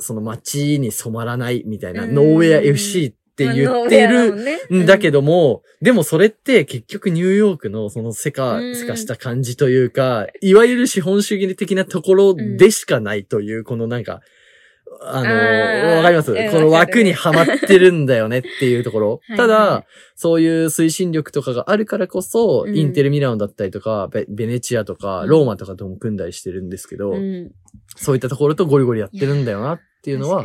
Speaker 2: その街に染まらないみたいな、
Speaker 1: うん
Speaker 2: ノーウェア FC って言ってるんだけ
Speaker 1: ど、
Speaker 2: ども、でもそれって結局ニューヨークのそのせか
Speaker 1: う、ん
Speaker 2: せかした感じというか、いわゆる資本主義的なところでしかないという、このなんか、あの、
Speaker 1: あー
Speaker 2: わかります
Speaker 1: うん
Speaker 2: この
Speaker 1: わか
Speaker 2: 枠
Speaker 1: る。
Speaker 2: にはまってるんだよねっていうところ
Speaker 1: はいは
Speaker 2: ただ
Speaker 1: い、
Speaker 2: そういう推進力とかがあるからこそ、
Speaker 1: うん
Speaker 2: インテルミラノだったりとか、ベベネチアとか、
Speaker 1: うん
Speaker 2: ローマとかとも組んだりしてるんですけど、
Speaker 1: うん、っ
Speaker 2: そういったところとゴリゴリやってるんだよなって
Speaker 1: て
Speaker 2: いうのは、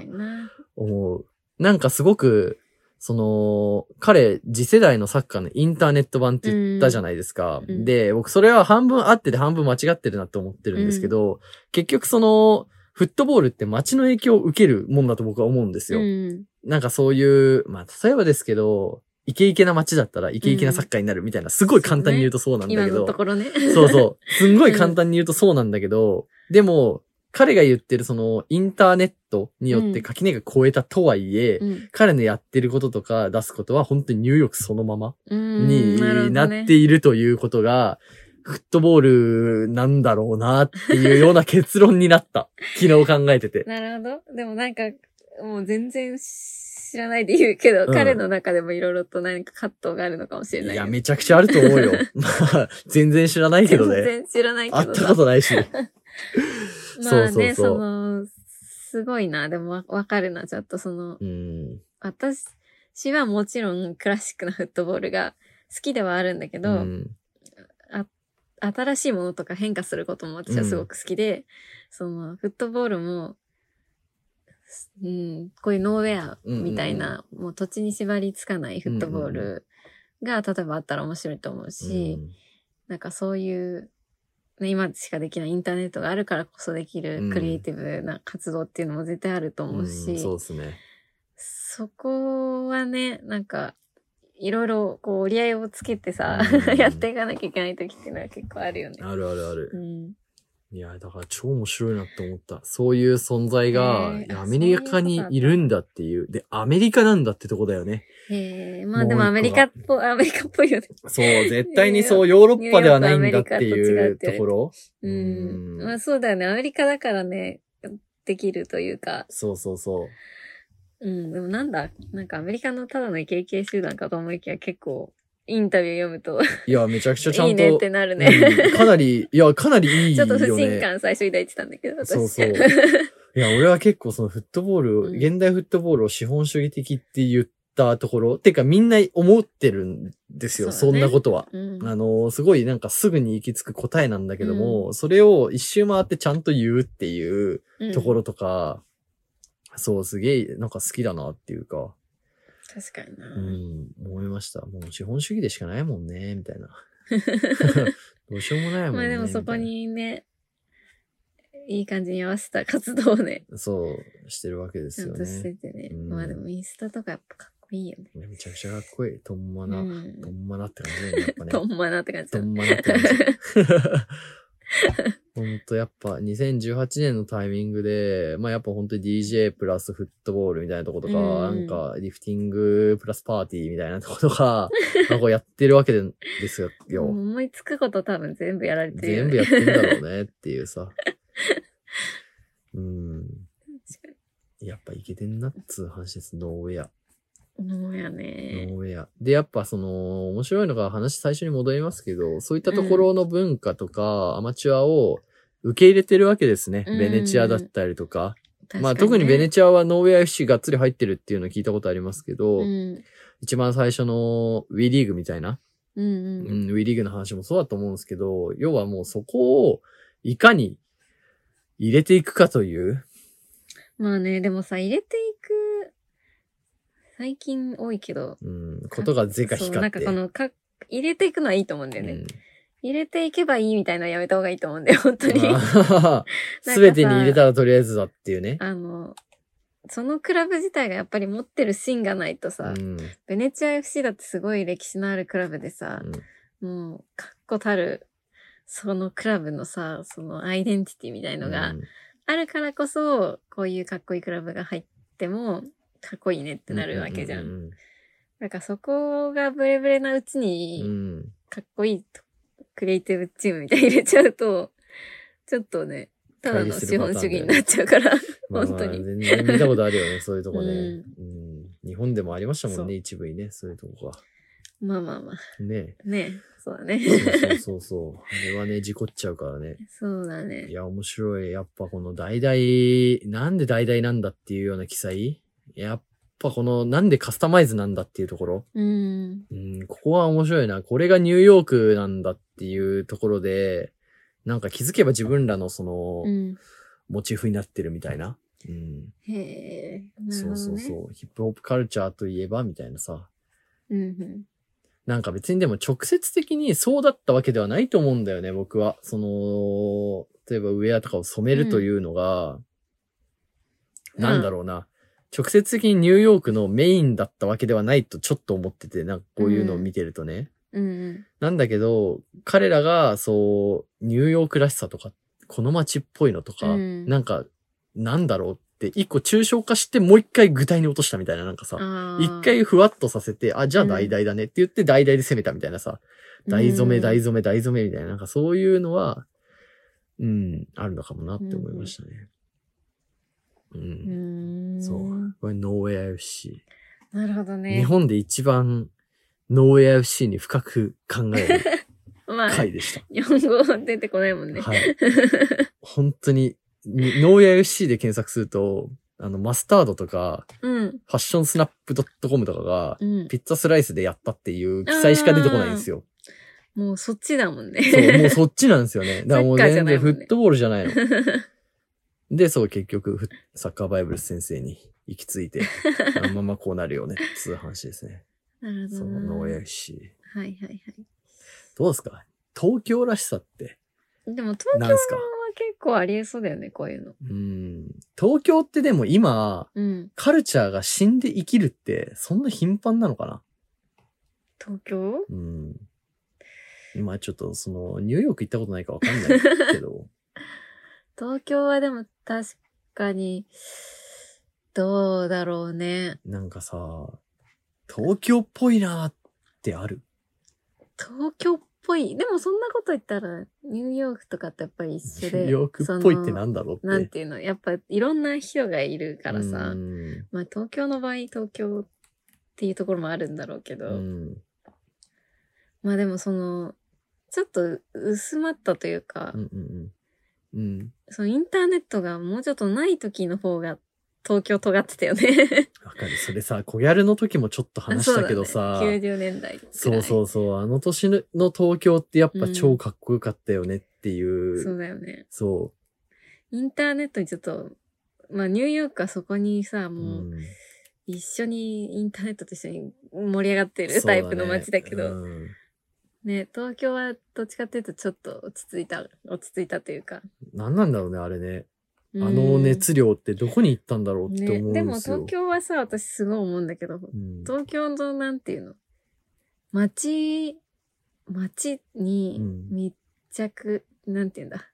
Speaker 2: 思う。なんかすごく、その、彼、次世代のサッカーのインターネット版って言ったじゃないですか。
Speaker 1: うん
Speaker 2: で、僕それは半分合ってて半分間違ってるなと思ってるんですけど、結局その、フットボールって街の影響を受けるもんだと僕は思うんですよ。
Speaker 1: うん、
Speaker 2: なんかそういう、まあ例えばですけど、イケイケな街だったらイケイケなサッカーになるみたいな、すごい簡単に言うとそうなんだ
Speaker 1: 今
Speaker 2: けど。
Speaker 1: のところね。
Speaker 2: そうそう。
Speaker 1: *laughs*
Speaker 2: すんごい簡単に言うとそうなんだけど、でも、彼が言ってるそのインターネットによって垣根が超えたとはいえ、
Speaker 1: うん
Speaker 2: 彼のやってることとか出すことは本当にニューヨークそのまま
Speaker 1: うんる
Speaker 2: に
Speaker 1: ほどね
Speaker 2: なっているということが、フットボールなんだろうなっていうような結論に
Speaker 1: *laughs*
Speaker 2: なった。昨日考えてて。
Speaker 1: なるほど。でもなんか、もう全然知らないで言うけど、
Speaker 2: うん
Speaker 1: 彼の中でもいろいろと何か葛藤があるのかもしれ
Speaker 2: い
Speaker 1: ない。
Speaker 2: や、めちゃくちゃあると思
Speaker 1: *laughs*
Speaker 2: うよ。まあ、全然知らないけど
Speaker 1: 全
Speaker 2: ね。
Speaker 1: 然知らない
Speaker 2: 会
Speaker 1: けど
Speaker 2: った
Speaker 1: さ。
Speaker 2: こと
Speaker 1: *laughs*
Speaker 2: ないし。
Speaker 1: まあね、
Speaker 2: そうそうそう
Speaker 1: その、すごいな。でもわわかるな、ちょっとその、
Speaker 2: うん。
Speaker 1: 私はもちろんクラシックなフットボールが好きではあるんだけど、
Speaker 2: うん
Speaker 1: 新しいものとか変化することも私はすごく好きで、そのフットボールも、うん、こういうノーウェアみたいな、もう土地に縛りつかないフットボールが、例えばあったら面白いと思うし、なんかそういう、ね、今しかできないインターネットがあるからこそでき
Speaker 2: うん
Speaker 1: るクリエイティブな活動っていうのも絶対あると
Speaker 2: う
Speaker 1: 思
Speaker 2: ん
Speaker 1: うし、
Speaker 2: そうですね。
Speaker 1: そこはね、なんか、いろいろこう折り合いをつけてさ、
Speaker 2: う
Speaker 1: *laughs*
Speaker 2: ん
Speaker 1: やっていかなきゃいけない時っていうのは結構あるよね。
Speaker 2: あるあるある。
Speaker 1: うん。
Speaker 2: いや、だから超面白いなって思った。そういう存在が、
Speaker 1: ねえ
Speaker 2: いや
Speaker 1: あ
Speaker 2: アメリカにいるんだっていう。で、アメリカなんだってとこだよね。
Speaker 1: ええまあ
Speaker 2: もう一個
Speaker 1: でもアメリカっぽい、アメリカっぽいよね。
Speaker 2: そう、
Speaker 1: *laughs*
Speaker 2: 絶対にそう、ヨーロッパではないんだって
Speaker 1: ニュー
Speaker 2: い
Speaker 1: ヨー
Speaker 2: う
Speaker 1: クとアメリカと違うって
Speaker 2: ところ。
Speaker 1: う
Speaker 2: うん
Speaker 1: ん。まあそうだよね。アメリカだからね、できるというか。
Speaker 2: そうそうそう。
Speaker 1: うん。でもなんだ、なんかアメリカのただのイケイケ集団かと思いきや結構、インタビュー読む
Speaker 2: いや、めちゃくちゃち
Speaker 1: と、
Speaker 2: ゃ
Speaker 1: いい
Speaker 2: んと。
Speaker 1: ねってなるね。
Speaker 2: うんかなり、いや、かなりい
Speaker 1: *laughs*
Speaker 2: い
Speaker 1: ちょ
Speaker 2: よ
Speaker 1: っと不信
Speaker 2: ね。
Speaker 1: 感最初抱いてたんだけど、私。
Speaker 2: そうそう。いや、俺は結構そのフットボールを、
Speaker 1: うん
Speaker 2: 現代フットボールを資本主義的って言ったところ、てかみんな思ってるんですよ、
Speaker 1: そう
Speaker 2: そ,、
Speaker 1: だね
Speaker 2: んなことは。
Speaker 1: *laughs* うん。
Speaker 2: あの、すごいなんかすぐに行き着く答えなんだけども、それを一周回ってちゃんと言うっていう
Speaker 1: うん
Speaker 2: ところとか、そう、すげえなんか好きだなっていうか、
Speaker 1: 確かにな。
Speaker 2: うん、思いました。もう資本主義でしかないもんね、み
Speaker 1: *laughs*
Speaker 2: たいな。どうしようもないもん
Speaker 1: まあ
Speaker 2: ね。
Speaker 1: でもそこ
Speaker 2: み
Speaker 1: にね、いい感じに合わせた活動をね、
Speaker 2: たいな。そう、してるわけで
Speaker 1: ち
Speaker 2: す
Speaker 1: ゃ
Speaker 2: よ
Speaker 1: んとして
Speaker 2: ね。
Speaker 1: てね。
Speaker 2: うん
Speaker 1: まあでもインスタとかやっぱかっこいいよね。
Speaker 2: めちゃくちゃかっこいい。とんま
Speaker 1: う
Speaker 2: な、
Speaker 1: ん
Speaker 2: と。んまなって感じだよね、やっ
Speaker 1: *laughs*
Speaker 2: ぱね。
Speaker 1: とんまなって感じ
Speaker 2: と
Speaker 1: だね。
Speaker 2: んまなって感じ。ほんとやっぱ2018年のタイミングで、まあやっぱ本当に DJ プラスフットボールみたいなとことか、
Speaker 1: うん
Speaker 2: なんかリフティングプラスパーティーみたいなとこ
Speaker 1: *laughs*
Speaker 2: とか、なんかこうやってるわけでですよ。
Speaker 1: もう思いつくこと多分全部やられてるよ
Speaker 2: 全
Speaker 1: ね。
Speaker 2: 部やってんだろうねっていうさ。うん。
Speaker 1: 確か
Speaker 2: やっぱいけてんなっつう話です。ノーウェア。
Speaker 1: にもうや
Speaker 2: ノ
Speaker 1: ね。
Speaker 2: ーウェア。で、やっぱその、面白いのが話最初に戻りますけど、そういったところの文化とか、アマチュアを受け入れてるわけですね。
Speaker 1: うん
Speaker 2: ベネチアだったりとか。
Speaker 1: 確か
Speaker 2: まあ特にベネ
Speaker 1: チ
Speaker 2: チアはノーウェア FC がっつり入ってるっていうのを聞いたことありますけど、
Speaker 1: うん。
Speaker 2: 一番最初の WE リーグみたいな、
Speaker 1: う
Speaker 2: うんん
Speaker 1: うん。、
Speaker 2: WE リーグの話もそうだと思うんですけど、要はもうそこをいかに入れていくかという、
Speaker 1: まあね、でもさ、入れていく、最近多いけど、
Speaker 2: うん、ことが是か非
Speaker 1: そう
Speaker 2: か
Speaker 1: な
Speaker 2: っ
Speaker 1: んか
Speaker 2: て。
Speaker 1: このか、入れていくのはいいと思うんだよね。
Speaker 2: うん
Speaker 1: 入れていけばいいみたいなのやめた方がいいと思うんだよ、本当に。
Speaker 2: あはは *laughs* すべてに入れたらとりあえずだっていうね。
Speaker 1: あの、そのクラブ自体がやっぱり持ってる芯がないとさ、
Speaker 2: うん
Speaker 1: ベネチア FC だってすごい歴史のあるクラブでさ、もう、確固たる、そのクラブのさ、そのアイデンティティみたいのが
Speaker 2: うん
Speaker 1: あるからこそ、こういうかっこいいクラブが入っても、かっこいいねってなるわけじゃ。
Speaker 2: うんん
Speaker 1: なんかそこがブレブレなうち
Speaker 2: うんう
Speaker 1: に、
Speaker 2: ん
Speaker 1: *laughs* かっこいいとクリエイティブチームみたいに入れちゃうと、ちょっとね、ただの資本主義になっちゃうから。
Speaker 2: まあまあ
Speaker 1: 本当に
Speaker 2: 全然見たことあるよね、そういうとこ
Speaker 1: う
Speaker 2: ね。
Speaker 1: ん
Speaker 2: うん日本でもありましたもん
Speaker 1: そう
Speaker 2: ね、一部にね、そういうとこが。
Speaker 1: *laughs* まあまあまあ。 *laughs*
Speaker 2: ね。
Speaker 1: ねそうだね。
Speaker 2: そうそうそう。あれはね、事故っちゃうからね。
Speaker 1: そうだ
Speaker 2: い
Speaker 1: ね。
Speaker 2: や、面白い。やっぱこの代々、なんで代々なんだっていうような記載やっぱこの、なんでカスタマイズなんだっていうところ。
Speaker 1: うん。
Speaker 2: うん、ここは面白いな。これがニューヨークなんだっていうところで、なんか気づけば自分らのその、
Speaker 1: うん。
Speaker 2: モチーフになってるみたいな。うん。
Speaker 1: へえ。なる
Speaker 2: そ
Speaker 1: ほ
Speaker 2: う
Speaker 1: ど
Speaker 2: そう
Speaker 1: ね。
Speaker 2: そう。ヒップホップカルチャーといえばみたいなさ。
Speaker 1: うんうん。
Speaker 2: なんか別にでも直接的にそうだったわけではないと思うんだよね、僕は。その、例えばウェアとかを染めるというのが、
Speaker 1: うん
Speaker 2: なんだろうな。直接的にニューヨークのメインだったわけではないとちょっと思ってて、なんかこういうのを見てるとね。
Speaker 1: うんうん。
Speaker 2: なんだけど、彼らが、そう、ニューヨークらしさとか、この街っぽいのとか、
Speaker 1: うん
Speaker 2: なんか、なんだろうって、一個抽象化して、もう一回具体に落としたみたいな、なんかさ、
Speaker 1: あー
Speaker 2: 一、回ふわっとさせて、あ、じゃあ
Speaker 1: うん
Speaker 2: 大々だねって言って、大々で攻めたみたいなさ、大染め、大
Speaker 1: 染
Speaker 2: 染め、大染めみたいな、なんかそういうのは、うん、あるのかもなって思いましたね。うん。
Speaker 1: め。うん。
Speaker 2: そう。。これ、ノーウェア FC。
Speaker 1: なるほどね。
Speaker 2: 日本で一番、ノーウェア FC に深く考える
Speaker 1: まあ、
Speaker 2: 回でした。
Speaker 1: 日本語出てこないも *laughs* んね。
Speaker 2: はい。本当に、にノーヤ FC で検索すると、あの、マスタードとか、
Speaker 1: うん。
Speaker 2: ファッションスナップ .com とかが、
Speaker 1: うん。
Speaker 2: ピッツァスライスでやったっていう記載しか出てこないんですよ。
Speaker 1: もうそっちだもんね。
Speaker 2: そ
Speaker 1: *laughs*
Speaker 2: う、もうそっちなんですよね。だからもう
Speaker 1: サッカーじゃ
Speaker 2: 全
Speaker 1: ない
Speaker 2: 然
Speaker 1: もん
Speaker 2: フ
Speaker 1: ね
Speaker 2: ットボールじ
Speaker 1: *laughs*
Speaker 2: ゃないの。で、そう、結局、フッサッカーバイブルス先生に行き着いて、あのままこうなるよ
Speaker 1: *laughs*
Speaker 2: ね、そういう話ですね。
Speaker 1: なるほ
Speaker 2: そ
Speaker 1: どな。
Speaker 2: のノーヤ
Speaker 1: はい
Speaker 2: FC。
Speaker 1: はいはい。
Speaker 2: どうですか東京らしさって、
Speaker 1: でも東京
Speaker 2: なん
Speaker 1: は
Speaker 2: ですか
Speaker 1: 結構ありえそうだよね、こういうの。
Speaker 2: うん。東京ってでも今、
Speaker 1: うん。
Speaker 2: カルチャーが死んで生きるって、そんな頻繁なのかな
Speaker 1: 東京
Speaker 2: うん。今ちょっと、その、ニューヨーク行ったことないかわかんないけ
Speaker 1: *laughs*
Speaker 2: ど。
Speaker 1: 東京はでも確かに、どうだろうね。
Speaker 2: なんかさ、東京っぽいなーってある。
Speaker 1: 東京っぽい。でもそんなこと言ったら、ニューヨークとかってやっぱり一
Speaker 2: ニ
Speaker 1: 緒
Speaker 2: ュ
Speaker 1: で。
Speaker 2: ーヨークっぽいってな
Speaker 1: そ
Speaker 2: んだろうって。
Speaker 1: のなんていうのやっぱいろんな人がいるからさ
Speaker 2: う。ん。
Speaker 1: まあ東京の場合、東京っていうところもあるんだろうけど。
Speaker 2: うん。
Speaker 1: まあでもその、ちょっと薄まったというか、
Speaker 2: うんうんうん。うん。
Speaker 1: そのインターネットがもうちょっとない時の方が東京尖ってたよね。
Speaker 2: わかる。それさ、小ギャルの時もちょっと話したけどさ、
Speaker 1: そうだね90年代くらい。
Speaker 2: そうそうそう、あの年の東京ってやっぱ超かっこよかったよねっていうう、
Speaker 1: そうだよね。
Speaker 2: そ
Speaker 1: インターネットにちょっと、まあニューヨークはそこにさ、
Speaker 2: う。
Speaker 1: もう
Speaker 2: うん
Speaker 1: 一緒に、インターネットと一緒に盛り上がってるタイプの街だけど、
Speaker 2: そうだねうん
Speaker 1: ね、東京はどっちかっていうとちょっと落ち着いた、落ち着いたというか。
Speaker 2: 何なんだろうね、あれね。
Speaker 1: うん
Speaker 2: あの熱量ってどこに行ったんだろうって思うん
Speaker 1: ね、でも
Speaker 2: ですよ。
Speaker 1: 東京はさ、私すごい思うんだけど、
Speaker 2: うん、
Speaker 1: 東京のなんていうの街、街に
Speaker 2: うん
Speaker 1: 密着、なんていうんだ。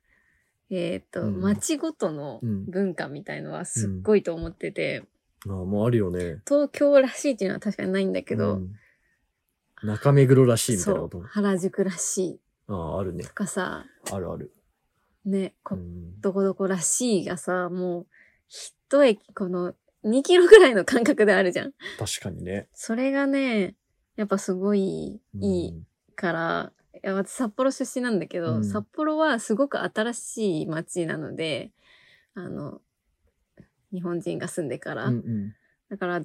Speaker 1: えっ、と、
Speaker 2: うん
Speaker 1: 街ごとの
Speaker 2: うん
Speaker 1: 文化みたいのはすっごいと思ってて、
Speaker 2: あもうあるよね。
Speaker 1: 東京らしいっていうのは確かにないんだけど、
Speaker 2: うん中目黒らしいみたいなこ
Speaker 1: そう
Speaker 2: と。
Speaker 1: 原宿らし
Speaker 2: ああ、あるね
Speaker 1: い。とかさ、
Speaker 2: あるある。
Speaker 1: ね、こ
Speaker 2: うん
Speaker 1: どこどこらしいがさ、もう、一駅、この2キロぐらいの間隔であるじゃん。
Speaker 2: 確かにね。
Speaker 1: それがね、やっぱすごいいい
Speaker 2: うん
Speaker 1: から、いや私札幌出身なんだけど、
Speaker 2: うん
Speaker 1: 札幌はすごく新しい街なので、あの、日本人が住んでから。
Speaker 2: うん
Speaker 1: だから、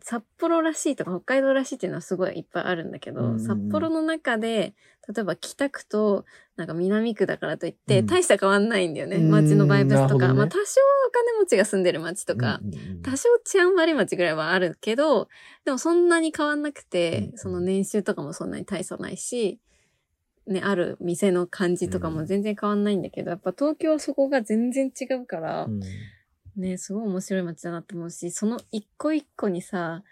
Speaker 1: 札幌らしいとか北海道らしいっていうのはすごいいっぱいあるんだけど、
Speaker 2: うんうんうん
Speaker 1: 札幌の中で、例えば北区となんか南区だからといって、
Speaker 2: うん
Speaker 1: 大した変わんないんだよね。
Speaker 2: うん
Speaker 1: 街のバイブスとか、
Speaker 2: なるほどね
Speaker 1: まあ多少お金持ちが住んでる街とか、
Speaker 2: うんうんうん
Speaker 1: 多少治安悪い街ぐらいはあるけど、でもそんなに変わんなくて、
Speaker 2: うん
Speaker 1: その年収とかもそんなに大差ないし、ね、ある店の感じとかも全然変わんないんだけど、やっぱ東京はそこが全然違うから、
Speaker 2: うん
Speaker 1: ね、すごい面白い街だなと思うし、その一個一個にさ、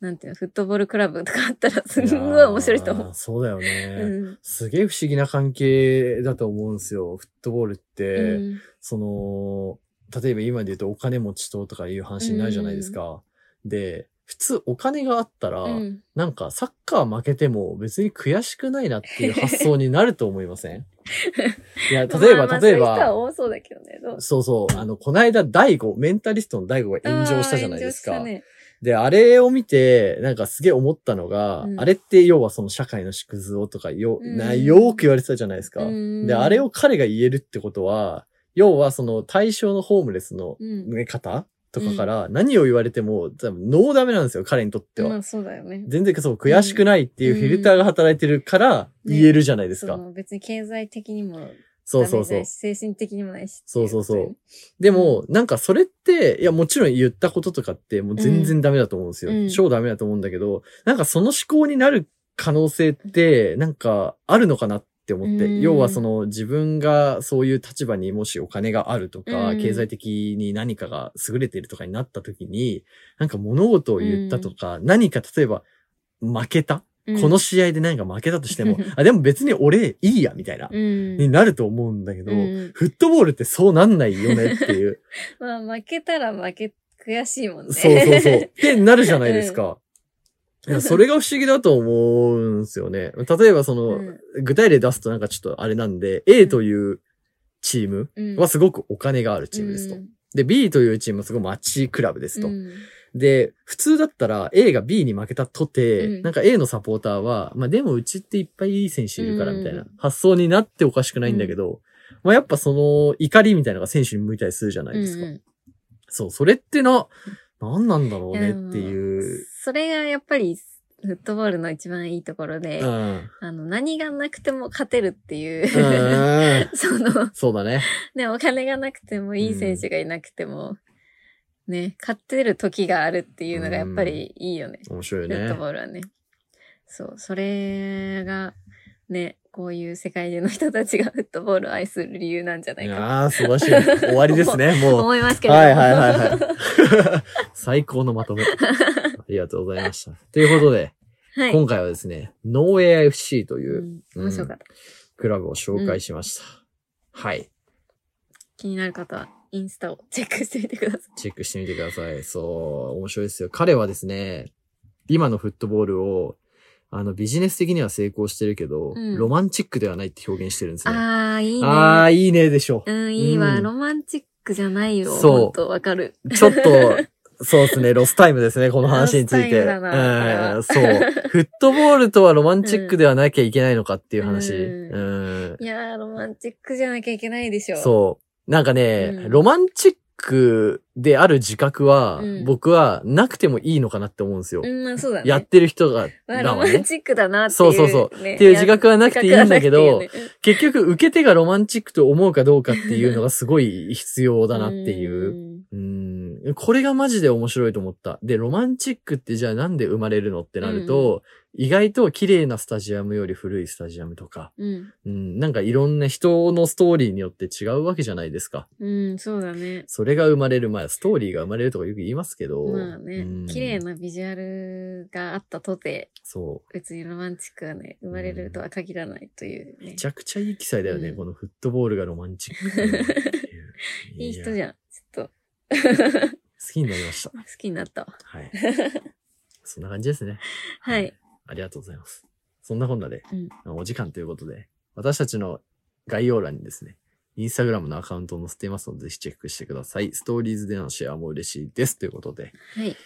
Speaker 1: なんていうの、フットボールクラブとかあったらすんごい面白いと
Speaker 2: いや
Speaker 1: 思
Speaker 2: ーそうだよ
Speaker 1: う。
Speaker 2: ね。
Speaker 1: うん
Speaker 2: すげえ不思議な関係だと思うんですよ。フットボールって、
Speaker 1: うん
Speaker 2: その、例えば今で言うとお金持ちととかいう話になるじゃないですか。で、普通お金があったら、
Speaker 1: うん
Speaker 2: なんかサッカー負けても別に悔しくないなっていう発想になると思い
Speaker 1: *laughs*
Speaker 2: ませんいや、例え
Speaker 1: まあ
Speaker 2: ば、
Speaker 1: まあ
Speaker 2: 例
Speaker 1: そう
Speaker 2: え
Speaker 1: いう人は
Speaker 2: ば、
Speaker 1: 多そうだけどね。どう
Speaker 2: そうそう、あの、こないだ大悟、メンタリストの大悟が炎上したじゃないです
Speaker 1: あー
Speaker 2: か。
Speaker 1: 炎上したね
Speaker 2: で、あれを見て、なんかすげえ思ったのが、
Speaker 1: うん
Speaker 2: あれって要はその社会の縮図をとかよ、
Speaker 1: うん
Speaker 2: なよーく言われてたじゃないですか。
Speaker 1: うん
Speaker 2: で、あれを彼が言えるってことは、要はその対象のホームレスの
Speaker 1: うん。
Speaker 2: ね方とかから何を言われても、多分ノーダメなんですよ、彼にとっては。
Speaker 1: まあそうだよね。
Speaker 2: 全然そう、悔しくないっていうフィルターが働いてるから
Speaker 1: うん
Speaker 2: 言えるじゃないですか。
Speaker 1: その別に経済的にも
Speaker 2: そうそうそう
Speaker 1: ダメだ。し精神的にもないし。
Speaker 2: そうそうそう。でも、なんかそれって、いやもちろん言ったこととかってもう全然ダメだと思うんですよ。
Speaker 1: うん
Speaker 2: 超ダメだと思うんだけど、なんかその思考になる可能性って、なんかあるのかなって思って。
Speaker 1: うん
Speaker 2: 要はその自分がそういう立場にもしお金があるとか、
Speaker 1: うん
Speaker 2: 経済的に何かが優れているとかになった時に、なんか物事を言ったとか、何か例えば、負けた、
Speaker 1: うん
Speaker 2: この、試合で何か負けたとしても、あ、でも別に俺いいや、みたいな、
Speaker 1: うん。
Speaker 2: になると思うんだけど、
Speaker 1: うん
Speaker 2: フットボールってそうなんないよねって
Speaker 1: *laughs*
Speaker 2: いう。
Speaker 1: まあ負けたら負け、悔しいもんね。
Speaker 2: そうそ
Speaker 1: *laughs*
Speaker 2: うそう。ってなるじゃないですか。いや、それが不思議だと思うんですよね。例えばその、
Speaker 1: うん
Speaker 2: 具体例出すとなんかちょっとあれなんで、A というチーム
Speaker 1: うん。
Speaker 2: はすごくお金があるチームですと。で、B というチームはすごい街クラブですと。
Speaker 1: うん
Speaker 2: で、普通だったら A が B に負けたとて、
Speaker 1: うん
Speaker 2: なんか A のサポーターは、まあでもうちっていっぱいいい選手いるから
Speaker 1: うん
Speaker 2: みたいな発想になっておかしくないんだけど、まあやっぱその怒りみたいなのが選手に向いたりするじゃないですか。
Speaker 1: うん
Speaker 2: そう、それってな、何なんだろう
Speaker 1: い
Speaker 2: ね
Speaker 1: や
Speaker 2: っていう。
Speaker 1: それがやっぱり、フットボールの一番いいところで、
Speaker 2: うん。
Speaker 1: あの、何がなくても勝てるっていうう、
Speaker 2: ん
Speaker 1: *laughs* その、
Speaker 2: そうだね。
Speaker 1: ね、お金がなくても、いい選手がいなくても、ね、勝てる時があるっていうのがやっぱりいいよね。
Speaker 2: 面白い
Speaker 1: フット
Speaker 2: ね
Speaker 1: ボ。ールはね。そう、それが、ね、こういう世界中の人たちがフッ *laughs* トボールを愛する理由なんじゃないいか
Speaker 2: やー、素晴らしい。終わりですね、
Speaker 1: と
Speaker 2: もう。
Speaker 1: 思いますけれども。
Speaker 2: はいはいはい *laughs* はい。最高のまとめ。ありがとうございました。ということで、
Speaker 1: *laughs* はい。
Speaker 2: 今回はですね、NoAIFC というう、
Speaker 1: ん面白かった。
Speaker 2: クラブを紹介しました。はい。
Speaker 1: 気になる方は、インスタをチェックしてみてください。
Speaker 2: チェックしてみてください。そう、面白いですよ。彼はですね、今のフットボールを、あの、ビジネス的には成功してるけど、
Speaker 1: うん
Speaker 2: ロマンチックではないって表現してるんですね。
Speaker 1: あー、いいね。
Speaker 2: あー、いいねでしょ。
Speaker 1: うん、いいわ、
Speaker 2: うん
Speaker 1: ロマンチックじゃないよ。
Speaker 2: そう
Speaker 1: ほんとわかる。*laughs*
Speaker 2: ちょっと、そうですね、ロスタイムですね、この話につい
Speaker 1: ロス
Speaker 2: て。
Speaker 1: タイムだな
Speaker 2: うん、そう。フットボールとはロマンチックではなきゃいけないのかっていう話。
Speaker 1: うん
Speaker 2: うん
Speaker 1: いやー、ロマンチックじゃなきゃいけないでしょ。
Speaker 2: そう。なんかね、
Speaker 1: うん
Speaker 2: ロマンチックである自覚は、
Speaker 1: うん
Speaker 2: 僕はなくてもいいのかなって思うんですよ。
Speaker 1: うん、まあそうだね。
Speaker 2: やってる人が、
Speaker 1: まあ
Speaker 2: だ
Speaker 1: ロ
Speaker 2: わ
Speaker 1: マン
Speaker 2: ね。
Speaker 1: チックだなっていう。
Speaker 2: そうそうそう
Speaker 1: ね。
Speaker 2: っていう自覚はなくていいんだけど
Speaker 1: やる自覚はなくていいよね
Speaker 2: 結局、受け手がロマンチックと思うかどうかっていうのがすごい必要だなっていう。うんこれがマジで面白いと思った。で、ロマンチックってじゃあなんで生まれるのってなると、意外と綺麗なスタジアムより古いスタジアムとか、
Speaker 1: うん。
Speaker 2: うん、なんかいろんな人のストーリーによって違うわけじゃないですか。
Speaker 1: うん、うん、そうだね。
Speaker 2: それが生まれる前、ストーリーが生まれるとかよく言いますけど、
Speaker 1: まあね
Speaker 2: うん、
Speaker 1: 綺麗なビジュアルがあったとて、
Speaker 2: そ
Speaker 1: 別にロマンチックはね、生まれるとは限らないという
Speaker 2: う。
Speaker 1: ね
Speaker 2: めち。ゃくちゃいい記載だよね、
Speaker 1: うん
Speaker 2: このフットボールがロマンチックだなっていう。
Speaker 1: *laughs* いい人
Speaker 2: や
Speaker 1: じゃん。ちょっと、
Speaker 2: 好きになりました。
Speaker 1: 好きになったわ。 *laughs*
Speaker 2: はい。そんな感じですね。
Speaker 1: はい。
Speaker 2: ありがとうございます。そんなこんなで、
Speaker 1: うん
Speaker 2: お時間ということで、私たちの概要欄にですね、インスタグラムのアカウントを載せていますので、ぜひチェックしてください。ストーリーズでのシェアも嬉しいです。ということで、あり
Speaker 1: はい。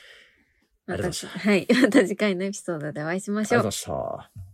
Speaker 2: あ
Speaker 1: ま
Speaker 2: りがとうございま
Speaker 1: た、
Speaker 2: した
Speaker 1: *laughs* はい。また次回のエピソードでお会いしま
Speaker 2: がと
Speaker 1: し
Speaker 2: う
Speaker 1: ょ
Speaker 2: ご
Speaker 1: う
Speaker 2: ざい。ました。